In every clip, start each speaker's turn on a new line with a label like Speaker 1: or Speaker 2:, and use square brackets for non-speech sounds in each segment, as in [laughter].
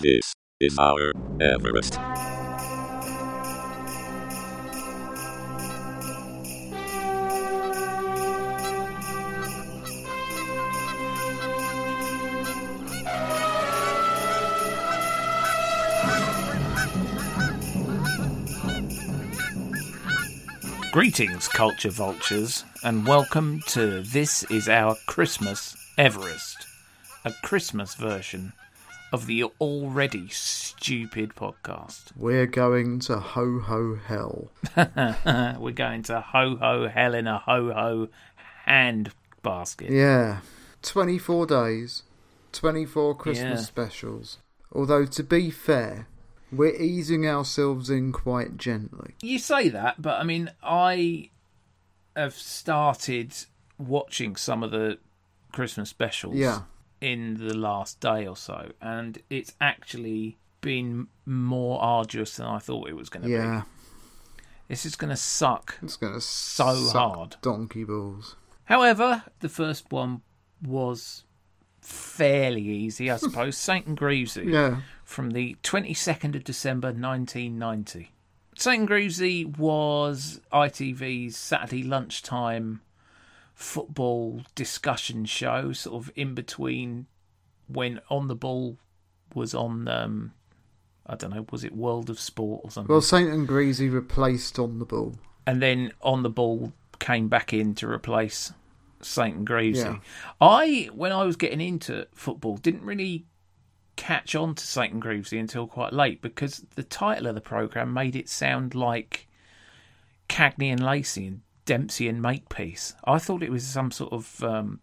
Speaker 1: This is our Everest.
Speaker 2: Greetings, culture vultures, and welcome to This Is Our Christmas Everest, a Christmas version of the already stupid podcast. [laughs]
Speaker 3: We're going to ho ho hell.
Speaker 2: We're going to ho ho hell in a ho ho hand basket.
Speaker 3: Yeah. 24 days, 24 Christmas
Speaker 2: Yeah.
Speaker 3: specials. Although, to be fair, we're easing ourselves in quite gently.
Speaker 2: You say that, but I mean, I have started watching some of the Christmas specials
Speaker 3: Yeah.
Speaker 2: in the last day or so, and it's actually been more arduous than I thought it was going to be.
Speaker 3: Yeah.
Speaker 2: This is going to suck.
Speaker 3: It's going to
Speaker 2: So hard.
Speaker 3: Donkey balls.
Speaker 2: However, the first one was fairly easy, I suppose. Saint and Greavesy
Speaker 3: Yeah.
Speaker 2: from the 22nd of December 1990. Saint and Greavesy was ITV's Saturday lunchtime football discussion show, sort of in between when On the Ball was on, um, I don't know, was it World of Sport or something?
Speaker 3: Well, Saint and Greasy replaced on the ball.
Speaker 2: and then on the ball came back in to replace Saint and Greavesy.
Speaker 3: Yeah.
Speaker 2: I, when I was getting into football, didn't really catch on to Saint and Greavesy until quite late because the title of the program made it sound like Cagney and Lacey and Dempsey and Makepeace. I thought it was some sort of um,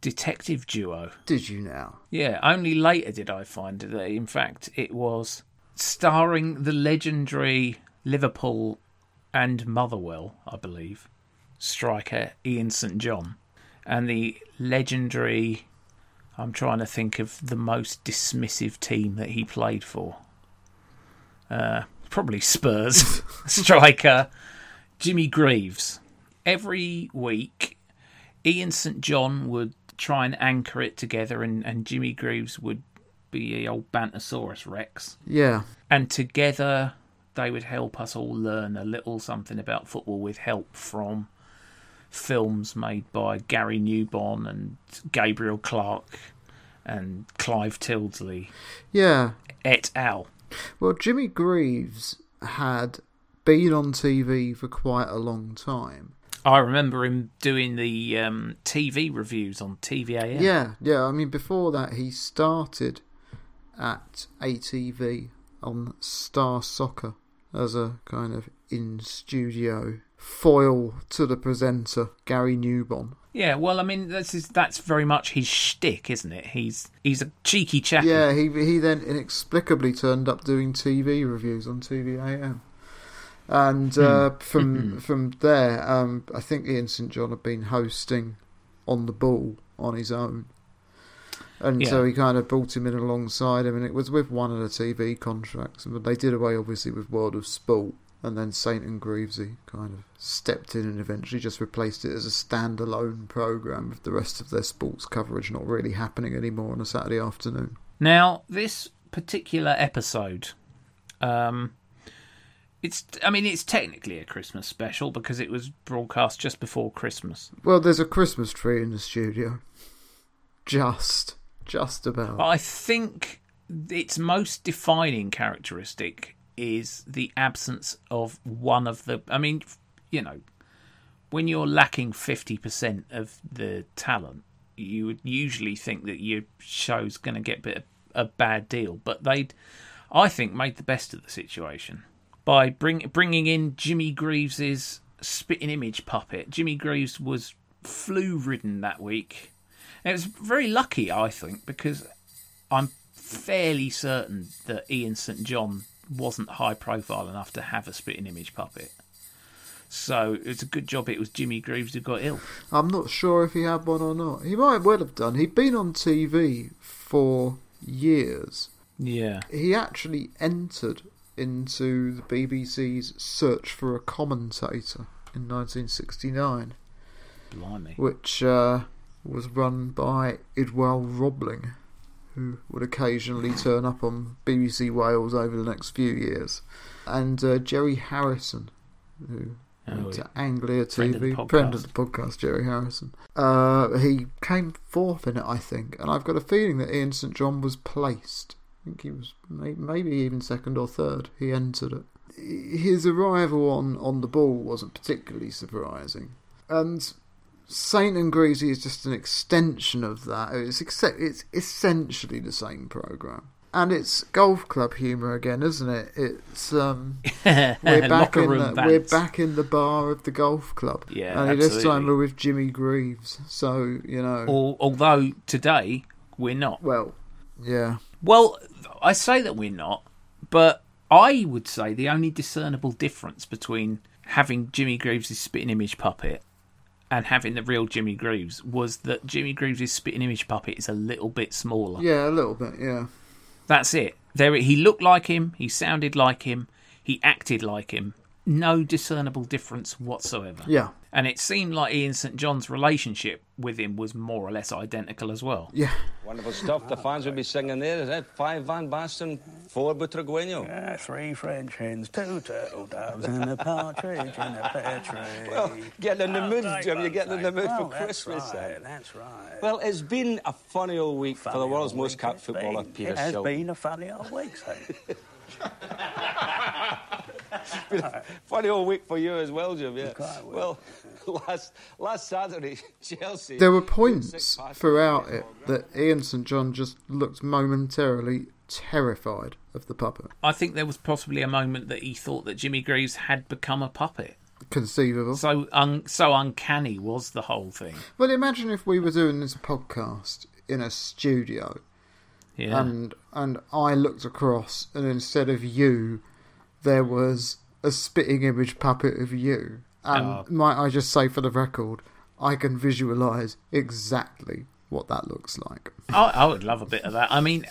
Speaker 2: detective duo.
Speaker 3: Did you now?
Speaker 2: Yeah, only later did I find that, in fact, it was starring the legendary Liverpool and Motherwell, I believe, striker Ian St John, and the legendary. I'm trying to think of the most dismissive team that he played for. Uh, probably Spurs [laughs] striker Jimmy Greaves. Every week, Ian St John would try and anchor it together, and, and Jimmy Greaves would be the old Bantosaurus Rex.
Speaker 3: Yeah.
Speaker 2: And together they would help us all learn a little something about football with help from films made by Gary Newborn and Gabriel Clark and Clive Tildesley
Speaker 3: Yeah.
Speaker 2: et al.
Speaker 3: Well, Jimmy Greaves had been on TV for quite a long time.
Speaker 2: I remember him doing the um, TV reviews on TVAM.
Speaker 3: Yeah, yeah. I mean, before that, he started at ATV on Star Soccer as a kind of in studio foil to the presenter, Gary Newbon.
Speaker 2: Yeah, well, I mean, that's his, that's very much his shtick, isn't it? He's he's a cheeky chap.
Speaker 3: Yeah, he he then inexplicably turned up doing TV reviews on TVAM. And uh, from from there, um, I think Ian St John had been hosting on the ball on his own, and so
Speaker 2: Yeah.
Speaker 3: he kind of brought him in alongside him, and it was with one of the TV contracts, but they did away obviously with World of Sport, and then Saint and Greavesy kind of stepped in and eventually just replaced it as a standalone program with the rest of their sports coverage not really happening anymore on a Saturday afternoon.
Speaker 2: Now, this particular episode, um, it's I mean, it's technically a Christmas special because it was broadcast just before Christmas.
Speaker 3: Well, there's a Christmas tree in the studio. Just, just about.
Speaker 2: But I think its most defining characteristic is the absence of one of the. I mean, you know, when you're lacking fifty percent of the talent, you would usually think that your show's going to get a bit a bad deal. But they, I think, made the best of the situation by bring bringing in Jimmy Greaves's spitting image puppet. Jimmy Greaves was flu ridden that week. And it was very lucky, I think, because I'm fairly certain that Ian St John wasn't high profile enough to have a spitting image puppet. So it's a good job it was Jimmy Greaves who got ill.
Speaker 3: I'm not sure if he had one or not. He might well have done. He'd been on TV for years.
Speaker 2: Yeah.
Speaker 3: He actually entered into the BBC's search for a commentator in 1969,
Speaker 2: Blimey.
Speaker 3: which uh, was run by Idwell Robling, who would occasionally turn up on BBC Wales over the next few years, and uh, Jerry Harrison, who
Speaker 2: Oh,
Speaker 3: went to Anglia
Speaker 2: friend of the
Speaker 3: TV,
Speaker 2: podcast.
Speaker 3: friend of the podcast, Jerry Harrison. Uh, he came fourth in it, I think, and I've got a feeling that Ian St John was placed. I think he was may- maybe even second or third. He entered it. His arrival on, on the ball wasn't particularly surprising, and Saint and Greasy is just an extension of that. It's except it's essentially the same program, and it's golf club humour again, isn't it? It's um,
Speaker 2: [laughs]
Speaker 3: we're back
Speaker 2: Locker
Speaker 3: in
Speaker 2: room
Speaker 3: the,
Speaker 2: bants.
Speaker 3: we're back in the bar of the golf club.
Speaker 2: Yeah,
Speaker 3: and this time
Speaker 2: absolutely.
Speaker 3: we're with Jimmy Greaves. So you know,
Speaker 2: Al- Although today we're not.
Speaker 3: well, yeah,
Speaker 2: Well, I say that we're not, but I would say the only discernible difference between having Jimmy Greaves' spitting image puppet and having the real Jimmy Greaves was that Jimmy Greaves' spitting image puppet is a little bit smaller.
Speaker 3: yeah, a little bit, yeah,
Speaker 2: That's it. There, he looked like him. He sounded like him. He acted like him. No discernible difference whatsoever.
Speaker 3: yeah,
Speaker 2: And it seemed like Ian St. John's relationship with him was more or less identical as well.
Speaker 3: yeah.
Speaker 4: Wonderful stuff. The fans would be singing there, is it? Five Van Basten, four Butragueño.
Speaker 5: Ah, three French hens, two turtle doves, and a partridge in a pear tree.
Speaker 4: [laughs]
Speaker 5: Oh,
Speaker 4: Well, get in the mood, Jim. You're getting in the mood
Speaker 5: Well,
Speaker 4: for
Speaker 5: that's
Speaker 4: Christmas.
Speaker 5: Right,
Speaker 4: then.
Speaker 5: That's right.
Speaker 4: Well, it's been a funny old week for the
Speaker 5: Funny
Speaker 4: world's
Speaker 5: old
Speaker 4: most
Speaker 5: week
Speaker 4: capped
Speaker 5: it's
Speaker 4: footballer,
Speaker 5: been.
Speaker 4: Peter
Speaker 5: It has
Speaker 4: Schill.
Speaker 5: been a funny old week, so.
Speaker 4: Funny old week for you as well, Jim. Yeah.
Speaker 5: Quite a week.
Speaker 4: Well, [laughs] last last Saturday, [laughs] Chelsea.
Speaker 3: There were points throughout it that Ian St John just looked momentarily terrified of the puppet.
Speaker 2: I think there was possibly a moment that he thought that Jimmy Greaves had become a puppet.
Speaker 3: Conceivable.
Speaker 2: So un- so uncanny was the whole thing.
Speaker 3: Well, imagine if we were doing this podcast in a studio
Speaker 2: Yeah.
Speaker 3: and and I looked across, and instead of you, there was a spitting image puppet of you. And
Speaker 2: Oh.
Speaker 3: might I just say for the record, I can visualise exactly what that looks like.
Speaker 2: I, I would love a bit of that. I mean,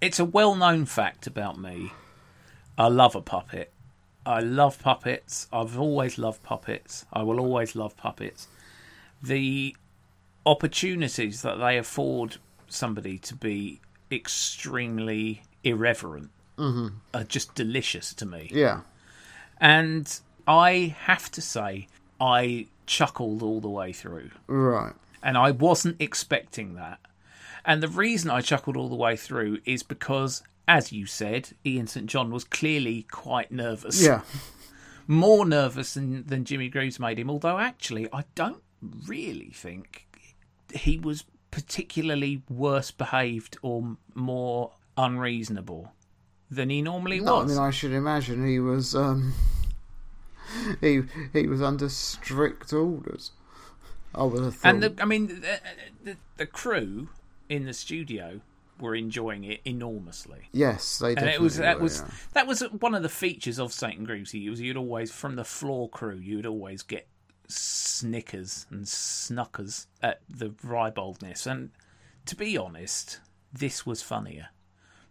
Speaker 2: it's a well known fact about me. I love a puppet. I love puppets. I've always loved puppets. I will always love puppets. The opportunities that they afford somebody to be extremely irreverent are just delicious to me.
Speaker 3: Yeah,
Speaker 2: And I have to say, I chuckled all the way through
Speaker 3: right.
Speaker 2: and I wasn't expecting that. And the reason I chuckled all the way through is because, as you said, Ian St. John was clearly quite nervous.
Speaker 3: Yeah,
Speaker 2: More nervous than, than Jimmy Greaves made him, although actually, I don't really think he was particularly worse behaved or m- more unreasonable than he normally
Speaker 3: no, I
Speaker 2: was.
Speaker 3: mean I should imagine he was um, he he was under strict orders. I would have thought.
Speaker 2: and the, I mean, the, the, the crew in the studio were enjoying it enormously.
Speaker 3: yes, they
Speaker 2: and
Speaker 3: definitely
Speaker 2: it was that
Speaker 3: were,
Speaker 2: was
Speaker 3: yeah.
Speaker 2: that was one of the features of Saint and Greasy. It was you'd always from the floor crew, you'd always get snickers and snuckers at the ribaldness. And to be honest, this was funnier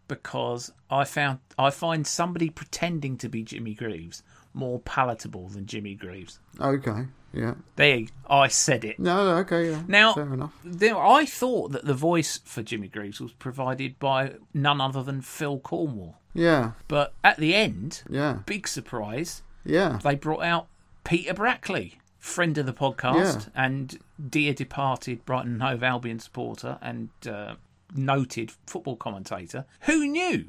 Speaker 2: because I found I find somebody pretending to be Jimmy Greaves more palatable than Jimmy Greaves.
Speaker 3: okay. Yeah.
Speaker 2: There, I said it.
Speaker 3: No. no, Okay. Yeah.
Speaker 2: Now-
Speaker 3: fair enough.
Speaker 2: There, I thought that the voice for Jimmy Greaves was provided by none other than Phil Cornwall,
Speaker 3: Yeah.
Speaker 2: but at the end
Speaker 3: Yeah.
Speaker 2: big surprise,
Speaker 3: Yeah.
Speaker 2: they brought out Peter Brackley, friend of the podcast and dear departed Brighton and Hove Albion supporter and uh, noted football commentator. Who knew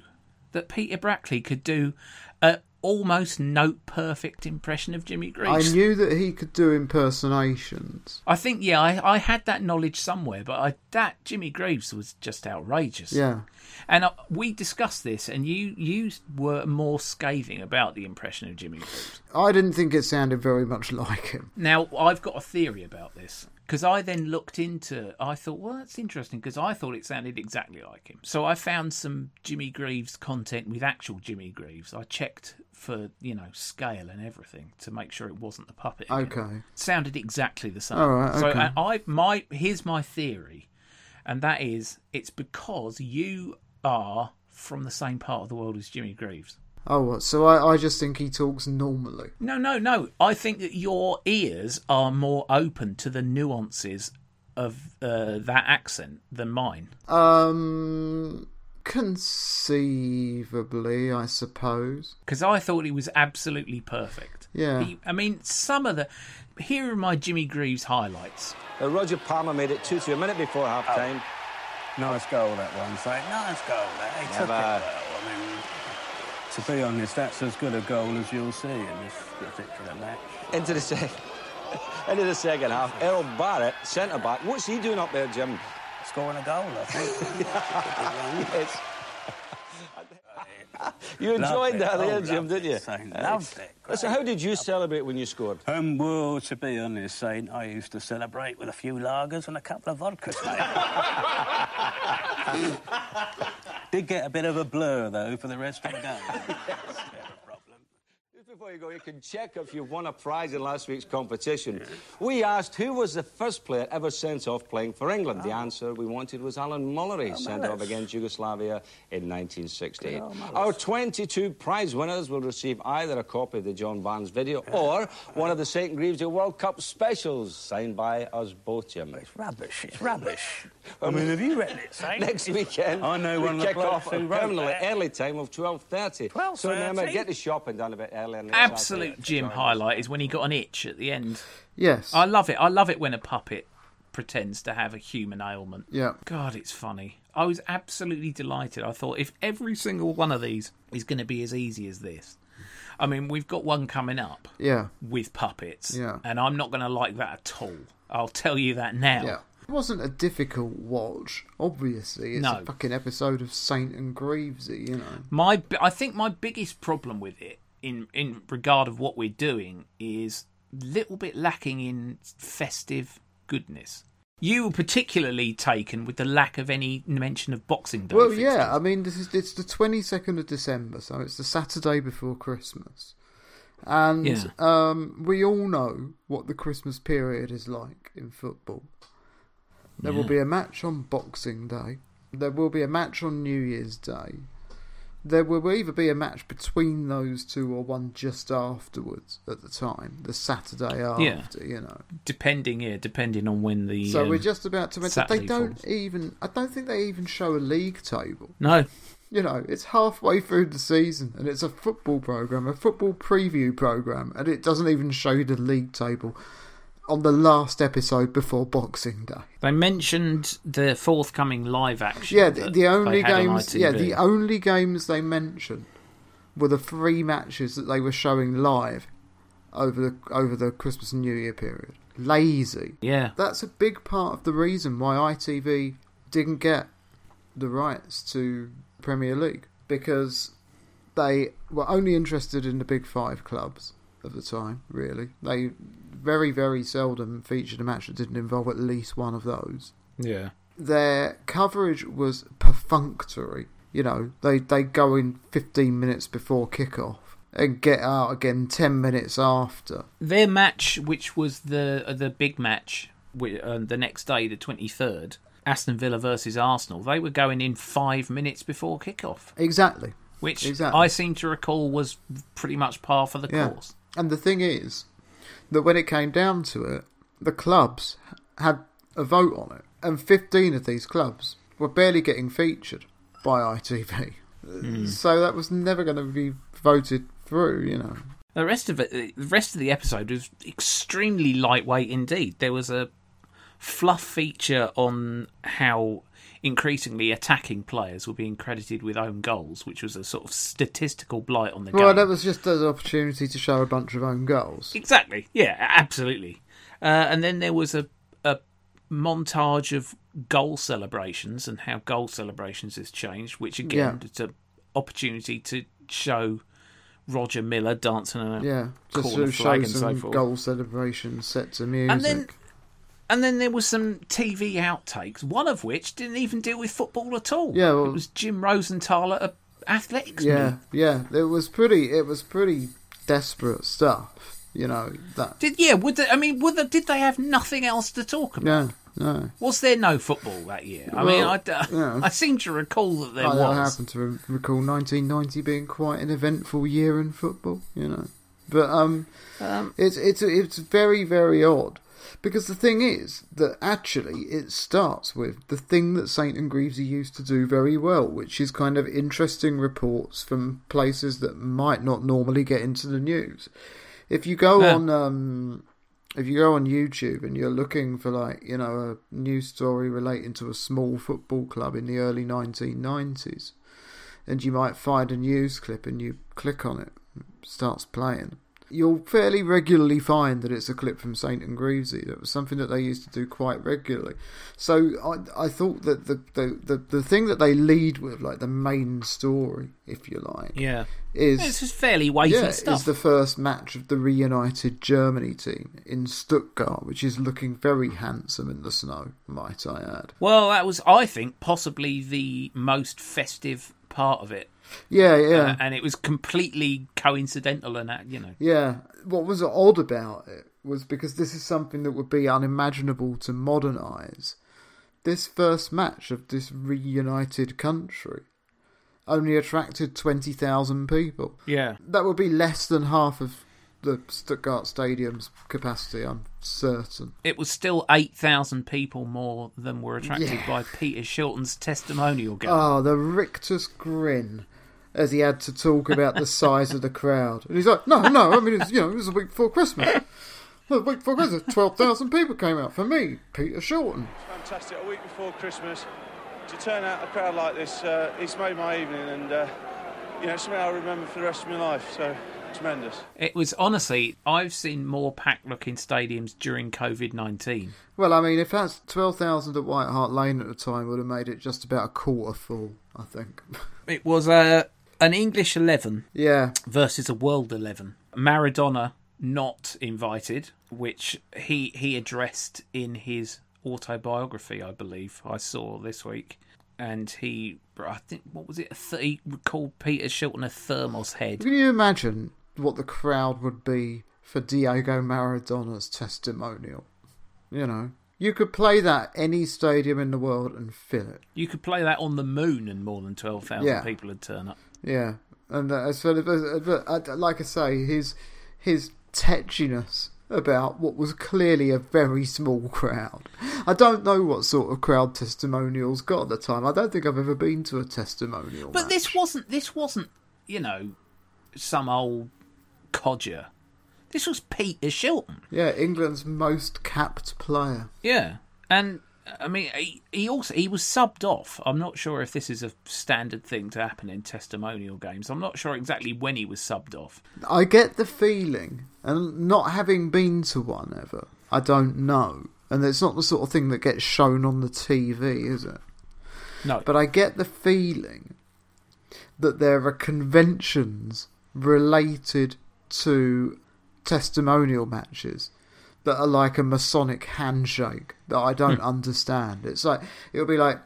Speaker 2: that Peter Brackley could do a almost note perfect impression of Jimmy
Speaker 3: I
Speaker 2: Greaves?
Speaker 3: knew that he could do impersonations.
Speaker 2: I think, yeah, I, I had that knowledge somewhere, but I, that Jimmy Greaves was just outrageous.
Speaker 3: Yeah.
Speaker 2: And uh, we discussed this, and you, you were more scathing about the impression of Jimmy Greaves.
Speaker 3: I didn't think it sounded very much [laughs] like him.
Speaker 2: Now, I've got a theory about this because I then looked into. I thought, well, that's interesting because I thought it sounded exactly like him. So I found some Jimmy Greaves content with actual Jimmy Greaves. I checked for you know scale and everything to make sure it wasn't the puppet. again.
Speaker 3: Okay.
Speaker 2: sounded exactly the same.
Speaker 3: All right,
Speaker 2: So
Speaker 3: okay.
Speaker 2: and I my here's my theory, and that is it's because you are from the same part of the world as Jimmy Greaves.
Speaker 3: Oh, what? So I, I just think he talks normally.
Speaker 2: No, no, no. I think that your ears are more open to the nuances of uh, that accent than mine.
Speaker 3: Um, conceivably, I suppose.
Speaker 2: because I thought he was absolutely perfect.
Speaker 3: Yeah.
Speaker 2: He, I mean, some of the. Here are my Jimmy Greaves highlights.
Speaker 4: Uh, Roger Palmer made it 2 2 a minute before half time.
Speaker 5: Nice goal that one, say. Nice goal there. He took it
Speaker 4: Never.
Speaker 5: well. I mean, to be honest, that's as good a goal as you'll see in this particular match.
Speaker 4: Into the second. [laughs] Into the second half, Errol Barrett, centre back. What's he doing up there, Jim?
Speaker 5: Scoring a goal,
Speaker 4: [laughs]
Speaker 5: I think.
Speaker 4: It's- [laughs] you
Speaker 5: Loved
Speaker 4: enjoyed
Speaker 5: it.
Speaker 4: that
Speaker 5: Oh,
Speaker 4: there, Jim,
Speaker 5: loved
Speaker 4: didn't
Speaker 5: it,
Speaker 4: you?
Speaker 5: Shane.
Speaker 4: Uh,
Speaker 5: Loved it.
Speaker 4: Listen, how did you celebrate when you scored?
Speaker 5: Um, well, to be honest, Saint, I used to celebrate with a few lagers and a couple of vodkas, mate. [laughs] Did get a bit of a blur, though, for the rest of the game. That's a problem.
Speaker 4: Just before you go, you can check if you won a prize in last week's competition. We asked who was the first player ever sent off playing for England.
Speaker 5: Oh.
Speaker 4: The answer we wanted was Alan Mullery, sent off
Speaker 5: Mullis.
Speaker 4: against Yugoslavia in 1968.
Speaker 5: Oh, Good old Mullis.
Speaker 4: Our 22 prize winners will receive either a copy of the John Vans video or one of the St. Greaves World Cup specials, signed by us both, Jim.
Speaker 5: It's rubbish. It's rubbish. I mean, have you read it, Saint?
Speaker 4: Next weekend,
Speaker 5: I know
Speaker 4: we
Speaker 5: oh, one of the
Speaker 4: kick
Speaker 5: blokes
Speaker 4: off at
Speaker 5: who
Speaker 4: a
Speaker 5: wrote
Speaker 4: permanently
Speaker 5: that.
Speaker 4: early time of 12.30. So remember,
Speaker 5: 12:30?
Speaker 4: get the shopping done a bit early. on the Saturday
Speaker 2: Absolute
Speaker 4: to
Speaker 2: Jim
Speaker 4: join us.
Speaker 2: highlight is when he got an itch at the end.
Speaker 3: Yes.
Speaker 2: I love it. I love it when a puppet pretends to have a human ailment.
Speaker 3: Yeah.
Speaker 2: God, it's funny. I was absolutely delighted. I thought if every single one of these is going to be as easy as this, I mean, we've got one coming up
Speaker 3: Yeah.
Speaker 2: with puppets,
Speaker 3: Yeah.
Speaker 2: and I'm not going to like that at all. I'll tell you that now.
Speaker 3: Yeah. It wasn't a difficult watch, obviously. It's
Speaker 2: No.
Speaker 3: a fucking episode of Saint and Greavesy, you know.
Speaker 2: My, bi- I think my biggest problem with it, in in regard of what we're doing, is little bit lacking in festive goodness. You were particularly taken with the lack of any mention of Boxing Day.
Speaker 3: Well,
Speaker 2: fixtures.
Speaker 3: yeah, I mean, this is it's the 22nd of December, so it's the Saturday before Christmas. And
Speaker 2: Yeah.
Speaker 3: um, we all know what the Christmas period is like in football. There will
Speaker 2: Yeah.
Speaker 3: be a match on Boxing Day. There will be a match on New Year's Day. There will either be a match between those two or one just afterwards at the time, the Saturday
Speaker 2: Yeah.
Speaker 3: after, you know.
Speaker 2: depending yeah, depending on when the.
Speaker 3: So
Speaker 2: um,
Speaker 3: we're just about to mention they
Speaker 2: Saturday
Speaker 3: don't
Speaker 2: falls.
Speaker 3: even. I don't think they even show a league table.
Speaker 2: no.
Speaker 3: You know, it's halfway through the season and it's a football program, a football preview program, and it doesn't even show you the league table on the last episode before Boxing Day.
Speaker 2: They mentioned the forthcoming live action.
Speaker 3: Yeah, the,
Speaker 2: that
Speaker 3: the
Speaker 2: they
Speaker 3: only
Speaker 2: had on
Speaker 3: games. Yeah,
Speaker 2: ITV.
Speaker 3: the only games they mention were the three matches that they were showing live over the over the Christmas and New Year period. Lazy.
Speaker 2: yeah.
Speaker 3: That's a big part of the reason why ITV didn't get the rights to Premier League because they were only interested in the big five clubs of the time, really. They very, very seldom featured a match that didn't involve at least one of those.
Speaker 2: Yeah.
Speaker 3: Their coverage was perfunctory. You know, they they go in 15 minutes before kickoff and get out again 10 minutes after.
Speaker 2: Their match, which was the uh, the big match, wi- uh, the next day, the twenty third, Aston Villa versus Arsenal. They were going in five minutes before kickoff,
Speaker 3: Exactly.
Speaker 2: which
Speaker 3: Exactly.
Speaker 2: I seem to recall was pretty much par for the course.
Speaker 3: And the thing is that when it came down to it, the clubs had a vote on it, and 15 of these clubs were barely getting featured by ITV.
Speaker 2: Hmm.
Speaker 3: So that was never going to be voted through, you know.
Speaker 2: The rest of it, uh, the rest of the episode was extremely lightweight indeed. There was a fluff feature on how increasingly attacking players were being credited with own goals, which was a sort of statistical blight on the
Speaker 3: Well,
Speaker 2: game.
Speaker 3: that was just an opportunity to show a bunch of own goals.
Speaker 2: Exactly. Yeah, absolutely. Uh, and then there was a a montage of goal celebrations and how goal celebrations has changed, which again
Speaker 3: Yeah.
Speaker 2: it's an opportunity to show Roger Miller dancing on a
Speaker 3: Yeah, just
Speaker 2: corner
Speaker 3: to
Speaker 2: flag
Speaker 3: show
Speaker 2: and so
Speaker 3: some
Speaker 2: forth.
Speaker 3: goal celebrations set to music.
Speaker 2: And then and then there was some TV outtakes, one of which didn't even deal with football at all.
Speaker 3: Yeah, well-
Speaker 2: it was Jim Rosenthal at a athletics
Speaker 3: yeah,
Speaker 2: meet.
Speaker 3: yeah, it was pretty. It was pretty desperate stuff, you know. That
Speaker 2: Did yeah? Would they, I mean? Would they, did they have nothing else to talk about?
Speaker 3: yeah, no.
Speaker 2: Was there no football that year? I mean,
Speaker 3: Well,
Speaker 2: I, d-
Speaker 3: yeah.
Speaker 2: [laughs]
Speaker 3: Oh,
Speaker 2: I seem to recall that there
Speaker 3: I don't
Speaker 2: was.
Speaker 3: happen to re- recall 1990 being quite an eventful year in football, you know. But um, it's it's it's very very odd Because the thing is that actually it starts with the thing that Saint and Greavesy used to do very well, which is kind of interesting reports from places that might not normally get into the news. If you go
Speaker 2: Yeah.
Speaker 3: on, um, if you go on YouTube and you're looking for like you know a news story relating to a small football club in the early 1990s, and you might find a news clip and you click on it, it starts playing. You'll fairly regularly find that it's a clip from Saint and Greavesy. That was something that they used to do quite regularly. So I, I thought that the, the, the, the thing that they lead with, like the main story, if you like,
Speaker 2: Yeah.
Speaker 3: is
Speaker 2: It's just fairly weighty
Speaker 3: yeah,
Speaker 2: stuff.
Speaker 3: is the first match of the reunited Germany team in Stuttgart, which is looking very handsome in the snow, might I add.
Speaker 2: Well, that was, I think, possibly the most festive part of it,
Speaker 3: Yeah, yeah.
Speaker 2: Uh, and it was completely coincidental and that, you know.
Speaker 3: Yeah. What was odd about it was because this is something that would be unimaginable to modern eyes. This first match of this reunited country only attracted 20,000 people.
Speaker 2: Yeah.
Speaker 3: That would be less than half of the Stuttgart Stadium's capacity, I'm certain.
Speaker 2: It was still eight thousand people more than were attracted
Speaker 3: Yeah.
Speaker 2: by Peter Shilton's testimonial game.
Speaker 3: Ah, the rictus grin as he had to talk about the size of the crowd. And he's like, no, no, I mean, it's, you know, it was a week before Christmas. The week before Christmas, 12,000 people came out for me, Peter Shorten.
Speaker 6: Fantastic. A week before Christmas, to turn out a crowd like this, uh, it's made my evening and, uh, you know, it's something I'll remember for the rest of my life. So, tremendous.
Speaker 2: It was honestly, I've seen more packed looking stadiums during COVID nineteen.
Speaker 3: Well, I mean, if that's 12,000 at White Hart Lane at the time, would have made it just about a quarter full, I think. [laughs]
Speaker 2: It was a an English eleven
Speaker 3: yeah,
Speaker 2: versus a world eleven. Maradona not invited, which he he addressed in his autobiography, I believe. I saw this week, and he, I think, what was it? A th- he called Peter Shilton a thermos head.
Speaker 3: Can you imagine what the crowd would be for Diego Maradona's testimonial? You know, you could play that any stadium in the world and fill it.
Speaker 2: You could play that on the moon, and more than twelve thousand
Speaker 3: Yeah.
Speaker 2: people would turn up.
Speaker 3: Yeah, and uh, so uh, but, uh, like I say, his his tetchiness about what was clearly a very small [laughs] crowd. I don't know what sort of crowd testimonials got at the time. I don't think I've ever been to a testimonial.
Speaker 2: But
Speaker 3: match.
Speaker 2: this wasn't this wasn't you know some old codger. This was Peter Shilton.
Speaker 3: yeah, England's most capped player.
Speaker 2: Yeah, and I mean he, he also he was subbed off. I'm not sure if this is a standard thing to happen in testimonial games. I'm not sure exactly when he was subbed off.
Speaker 3: I get the feeling, and not having been to one ever, I don't know. And it's not the sort of thing that gets shown on the TV, is it?
Speaker 2: No,
Speaker 3: But I get the feeling that there are conventions related to testimonial matches that are like a Masonic handshake that I don't understand. It's like it'll be like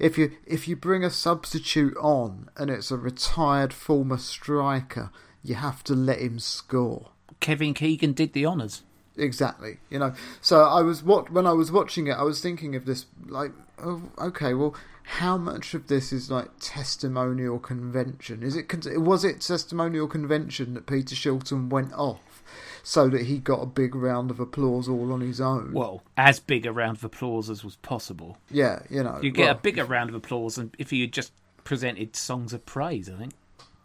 Speaker 3: if you if you bring a substitute on and it's a retired former striker, you have to let him score.
Speaker 2: Kevin Keegan did the honors.
Speaker 3: Exactly. You know. So I was what when I was watching it, I was thinking of this like, oh, okay, well, how much of this is like testimonial convention? Is it con- was it testimonial convention that Peter Shilton went off so that he got a big round of applause all on his own?
Speaker 2: Well, as big a round of applause as was possible.
Speaker 3: yeah, you know.
Speaker 2: You get
Speaker 3: well,
Speaker 2: a bigger round of applause than if you had just presented songs of praise. I think.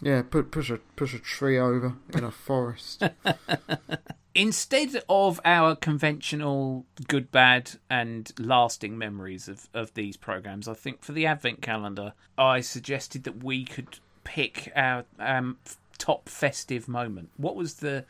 Speaker 3: yeah, put push a push a tree over in a forest.
Speaker 2: [laughs] instead of our conventional good, bad, and lasting memories of, of these programs, I think for the advent calendar, I suggested that we could pick our um, f- top festive moment. What was the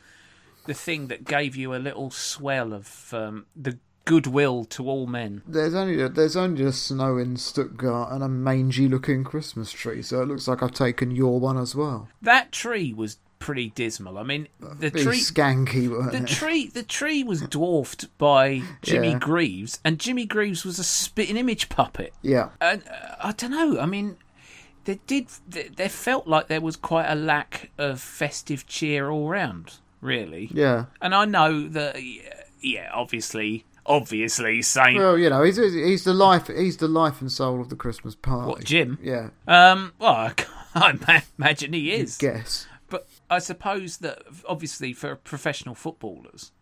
Speaker 2: the thing that gave you a little swell of um, the goodwill to all men?
Speaker 3: There's only there's only just snow in Stuttgart and a mangy looking Christmas tree, so it looks like I've taken your one as well.
Speaker 2: That tree was pretty dismal. I mean, the
Speaker 3: Be
Speaker 2: tree.
Speaker 3: skanky, weren't
Speaker 2: The
Speaker 3: it?
Speaker 2: tree, the tree was dwarfed by Jimmy
Speaker 3: Yeah.
Speaker 2: Greaves, and Jimmy Greaves was a spitting image puppet.
Speaker 3: Yeah.
Speaker 2: and uh, I don't know. I mean, there did there there felt like there was quite a lack of festive cheer all round, really.
Speaker 3: Yeah.
Speaker 2: And I know that, yeah, yeah, obviously, obviously, Saint.
Speaker 3: Well, you know, he's he's the life he's the life and soul of the Christmas party.
Speaker 2: What, Jim?
Speaker 3: Yeah.
Speaker 2: Um, well, I can't [laughs] ma- imagine he is.
Speaker 3: Guess.
Speaker 2: But I suppose that obviously for professional footballers,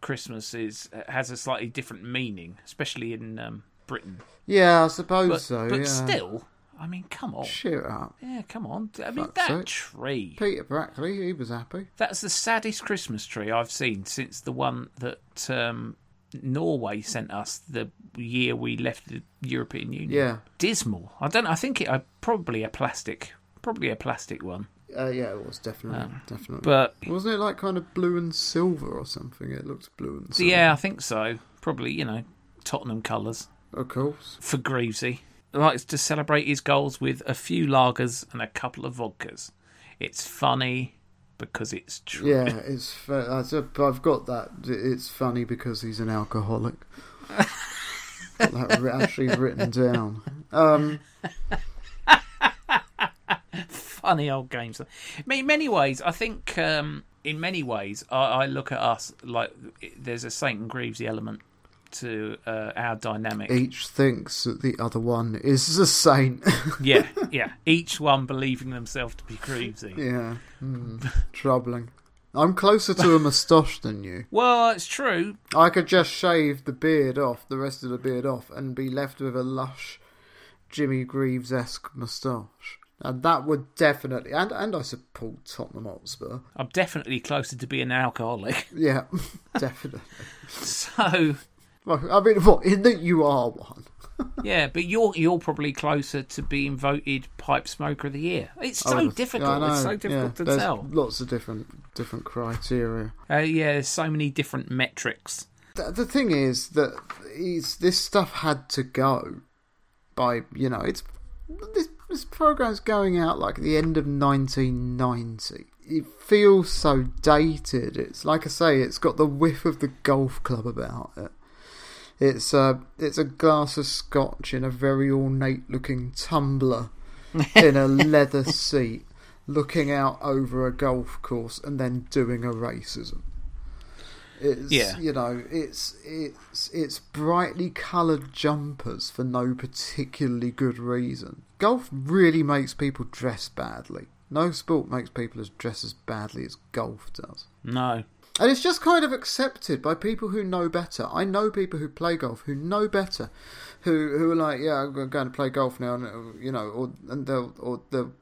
Speaker 2: Christmas is has a slightly different meaning, especially in um, Britain.
Speaker 3: Yeah, I suppose
Speaker 2: But,
Speaker 3: so.
Speaker 2: but
Speaker 3: yeah.
Speaker 2: still, I mean, come on.
Speaker 3: Cheer up.
Speaker 2: Yeah, come on. I mean,
Speaker 3: Fuck's
Speaker 2: that
Speaker 3: sake.
Speaker 2: tree.
Speaker 3: Peter Brackley, he was happy.
Speaker 2: That's the saddest Christmas tree I've seen since the one that um, Norway sent us the year we left the European Union.
Speaker 3: Yeah.
Speaker 2: Dismal. I don't. I think it. I probably a plastic. Probably a plastic one.
Speaker 3: Uh, yeah, it was definitely, definitely.
Speaker 2: Um, But
Speaker 3: wasn't it like kind of blue and silver or something? It looked blue and silver.
Speaker 2: yeah, I think so. Probably you know Tottenham colours
Speaker 3: of course.
Speaker 2: for Greavesy. Likes to celebrate his goals with a few lagers and a couple of vodkas. It's funny because it's true.
Speaker 3: Yeah, it's. fa- That's a, I've got that. It's funny because he's an alcoholic. got that ri- actually written down. Um,
Speaker 2: funny old games. I mean, in many ways, I think um, in many ways, I, I look at us like there's a Saint and Greavesy element to uh, our dynamic.
Speaker 3: each thinks that the other one is a saint. [laughs]
Speaker 2: Yeah, yeah. Each one believing themselves to be Greavesy.
Speaker 3: yeah, Hmm. troubling. I'm
Speaker 2: [laughs]
Speaker 3: closer to a moustache than you.
Speaker 2: Well, it's true.
Speaker 3: I could just shave the beard off, the rest of the beard off, and be left with a lush Jimmy Greaves esque moustache. And that would definitely, and, and I support Tottenham Hotspur.
Speaker 2: I'm definitely closer to being an alcoholic. [laughs]
Speaker 3: Yeah, [laughs] definitely.
Speaker 2: So
Speaker 3: Well, I mean, what, in that you are one.
Speaker 2: yeah, but you're you're probably closer to being voted pipe smoker of the year. It's
Speaker 3: I
Speaker 2: so
Speaker 3: would've-
Speaker 2: difficult.
Speaker 3: Oh, I
Speaker 2: it's
Speaker 3: know,
Speaker 2: so difficult
Speaker 3: yeah,
Speaker 2: to
Speaker 3: there's
Speaker 2: tell.
Speaker 3: Lots of different different criteria.
Speaker 2: Uh, yeah, there's so many different metrics.
Speaker 3: The, the thing is that he's, this stuff had to go by, you know, it's this, this program's going out like the end of 1990. It feels so dated. It's like I say, it's got the whiff of the golf club about it. It's a it's a glass of scotch in a very ornate looking tumbler in a leather seat, looking out over a golf course and then doing a racism. It's
Speaker 2: Yeah.
Speaker 3: you know, it's it's it's brightly coloured jumpers for no particularly good reason. Golf really makes people dress badly. No sport makes people as dress as badly as golf does.
Speaker 2: No,
Speaker 3: And it's just kind of accepted by people who know better. I know people who play golf who know better, who who are like, yeah, I'm going to play golf now, and uh, you know, or and they'll or they'll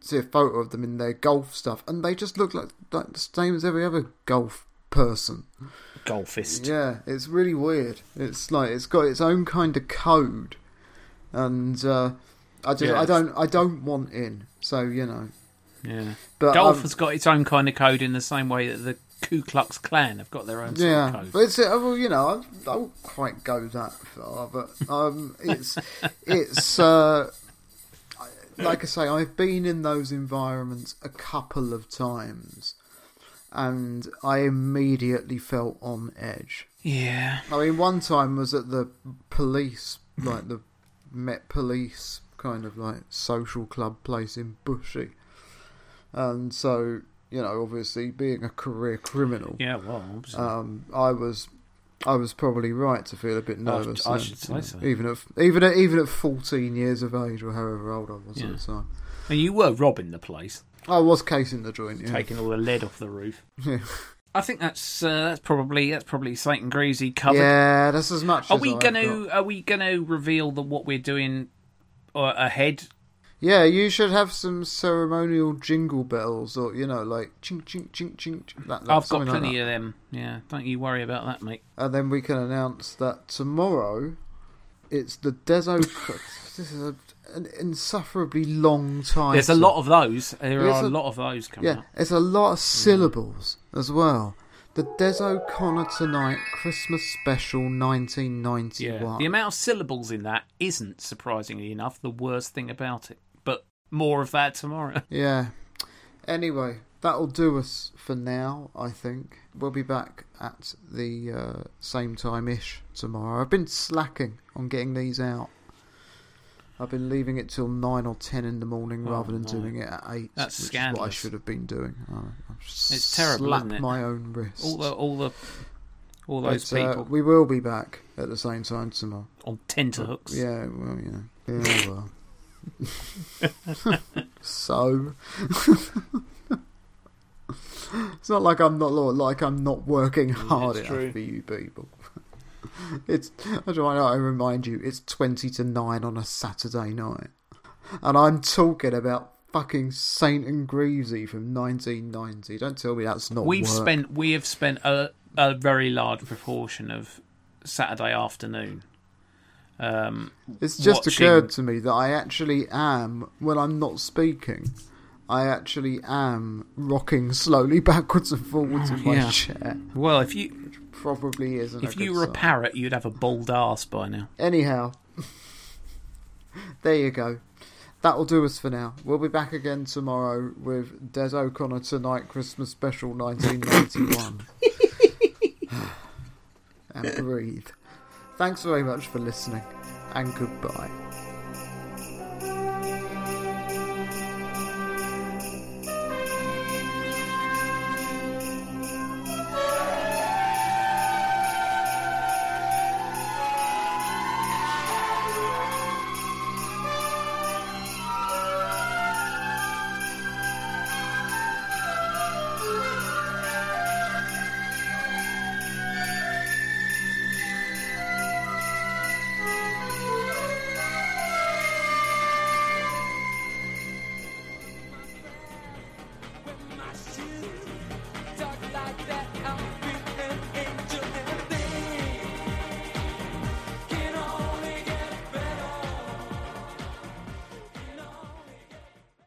Speaker 3: see a photo of them in their golf stuff, and they just look like, like the same as every other golf person.
Speaker 2: golfist.
Speaker 3: Yeah, it's really weird. It's like it's got its own kind of code, and uh, I just
Speaker 2: Yeah,
Speaker 3: I
Speaker 2: it's-
Speaker 3: don't I don't want in. So you know,
Speaker 2: yeah.
Speaker 3: but
Speaker 2: Golf
Speaker 3: um,
Speaker 2: has got its own kind of code in the same way that the Ku Klux Klan have got their own sort of
Speaker 3: Yeah,
Speaker 2: code.
Speaker 3: but it's, uh, well, you know, I, I won't quite go that far, but um,
Speaker 2: [laughs]
Speaker 3: it's it's uh, I- like I say, I've been in those environments a couple of times, and I immediately felt on edge.
Speaker 2: yeah.
Speaker 3: I mean, one time was at the police, like the Met Police kind of like social club place in Bushy, and so you know, obviously being a career criminal.
Speaker 2: Yeah, well, obviously.
Speaker 3: Um, I was, I was probably right to feel a bit nervous.
Speaker 2: I
Speaker 3: then,
Speaker 2: should
Speaker 3: you know,
Speaker 2: say so.
Speaker 3: Even at even at even at fourteen years of age or however old I was
Speaker 2: Yeah.
Speaker 3: at the time,
Speaker 2: and you were robbing the place,
Speaker 3: I was casing the joint. Yeah.
Speaker 2: taking all the lead off the roof.
Speaker 3: [laughs] Yeah.
Speaker 2: I think that's uh, that's probably that's probably Saint and Greasy covered.
Speaker 3: yeah, that's as much.
Speaker 2: Are
Speaker 3: as
Speaker 2: we
Speaker 3: I've
Speaker 2: gonna
Speaker 3: got.
Speaker 2: are we gonna reveal the what we're doing uh, ahead?
Speaker 3: Yeah, you should have some ceremonial jingle bells, or you know, like chink chink chink chink. chink that, that,
Speaker 2: I've got
Speaker 3: something like
Speaker 2: plenty
Speaker 3: that.
Speaker 2: of them. Yeah, don't you worry about that, mate.
Speaker 3: and then we can announce that tomorrow it's the Deso. this is a, an insufferably long time.
Speaker 2: There's a lot of those. There
Speaker 3: There's
Speaker 2: are a
Speaker 3: a-
Speaker 2: lot of those coming
Speaker 3: Yeah,
Speaker 2: up.
Speaker 3: it's a lot
Speaker 2: Mm.
Speaker 3: of syllables as well. The Des O'Connor Tonight Christmas Special 1991.
Speaker 2: Yeah. The amount of syllables in that isn't, surprisingly enough, the worst thing about it. But more of that tomorrow. [laughs]
Speaker 3: Yeah. Anyway, that'll do us for now, I think. We'll be back at the uh, same time ish tomorrow. I've been slacking on getting these out. I've been leaving it till 9 or 10 in the morning rather than doing it at 8.
Speaker 2: Oh, That's
Speaker 3: which Is what I
Speaker 2: scandalous.
Speaker 3: should have been doing. I, I
Speaker 2: It's terrible,
Speaker 3: Slap
Speaker 2: isn't it?
Speaker 3: my own wrist.
Speaker 2: All the all the all those
Speaker 3: But, uh,
Speaker 2: people
Speaker 3: we will be back at the same time tomorrow.
Speaker 2: on tenterhooks.
Speaker 3: Yeah, well, yeah. Yeah, well. [laughs] so. [laughs] It's not like I'm not like I'm not working hard
Speaker 6: It's
Speaker 3: enough
Speaker 6: true.
Speaker 3: for you people. [laughs] it's I don't know, I remind you, it's twenty to nine on a Saturday night, and I'm talking about fucking Saint and Greasy from 1990. Don't tell me that's not.
Speaker 2: We've
Speaker 3: work.
Speaker 2: spent we have spent a a very large proportion of Saturday afternoon. Um,
Speaker 3: It's just
Speaker 2: watching-
Speaker 3: occurred to me that I actually am, when I'm not speaking, I actually am rocking slowly [laughs] backwards and forwards in my
Speaker 2: Yeah.
Speaker 3: chair.
Speaker 2: well, if you
Speaker 3: Probably isn't.
Speaker 2: if
Speaker 3: a
Speaker 2: you
Speaker 3: good
Speaker 2: were a
Speaker 3: sign.
Speaker 2: parrot, you'd have a bald ass by now.
Speaker 3: Anyhow, [laughs] there you go. That'll do us for now. We'll be back again tomorrow with Des O'Connor Tonight Christmas
Speaker 2: [laughs]
Speaker 3: Special 1991. [sighs] and breathe. Thanks very much for listening, and goodbye.
Speaker 7: with my shoes. Dark like that outfit.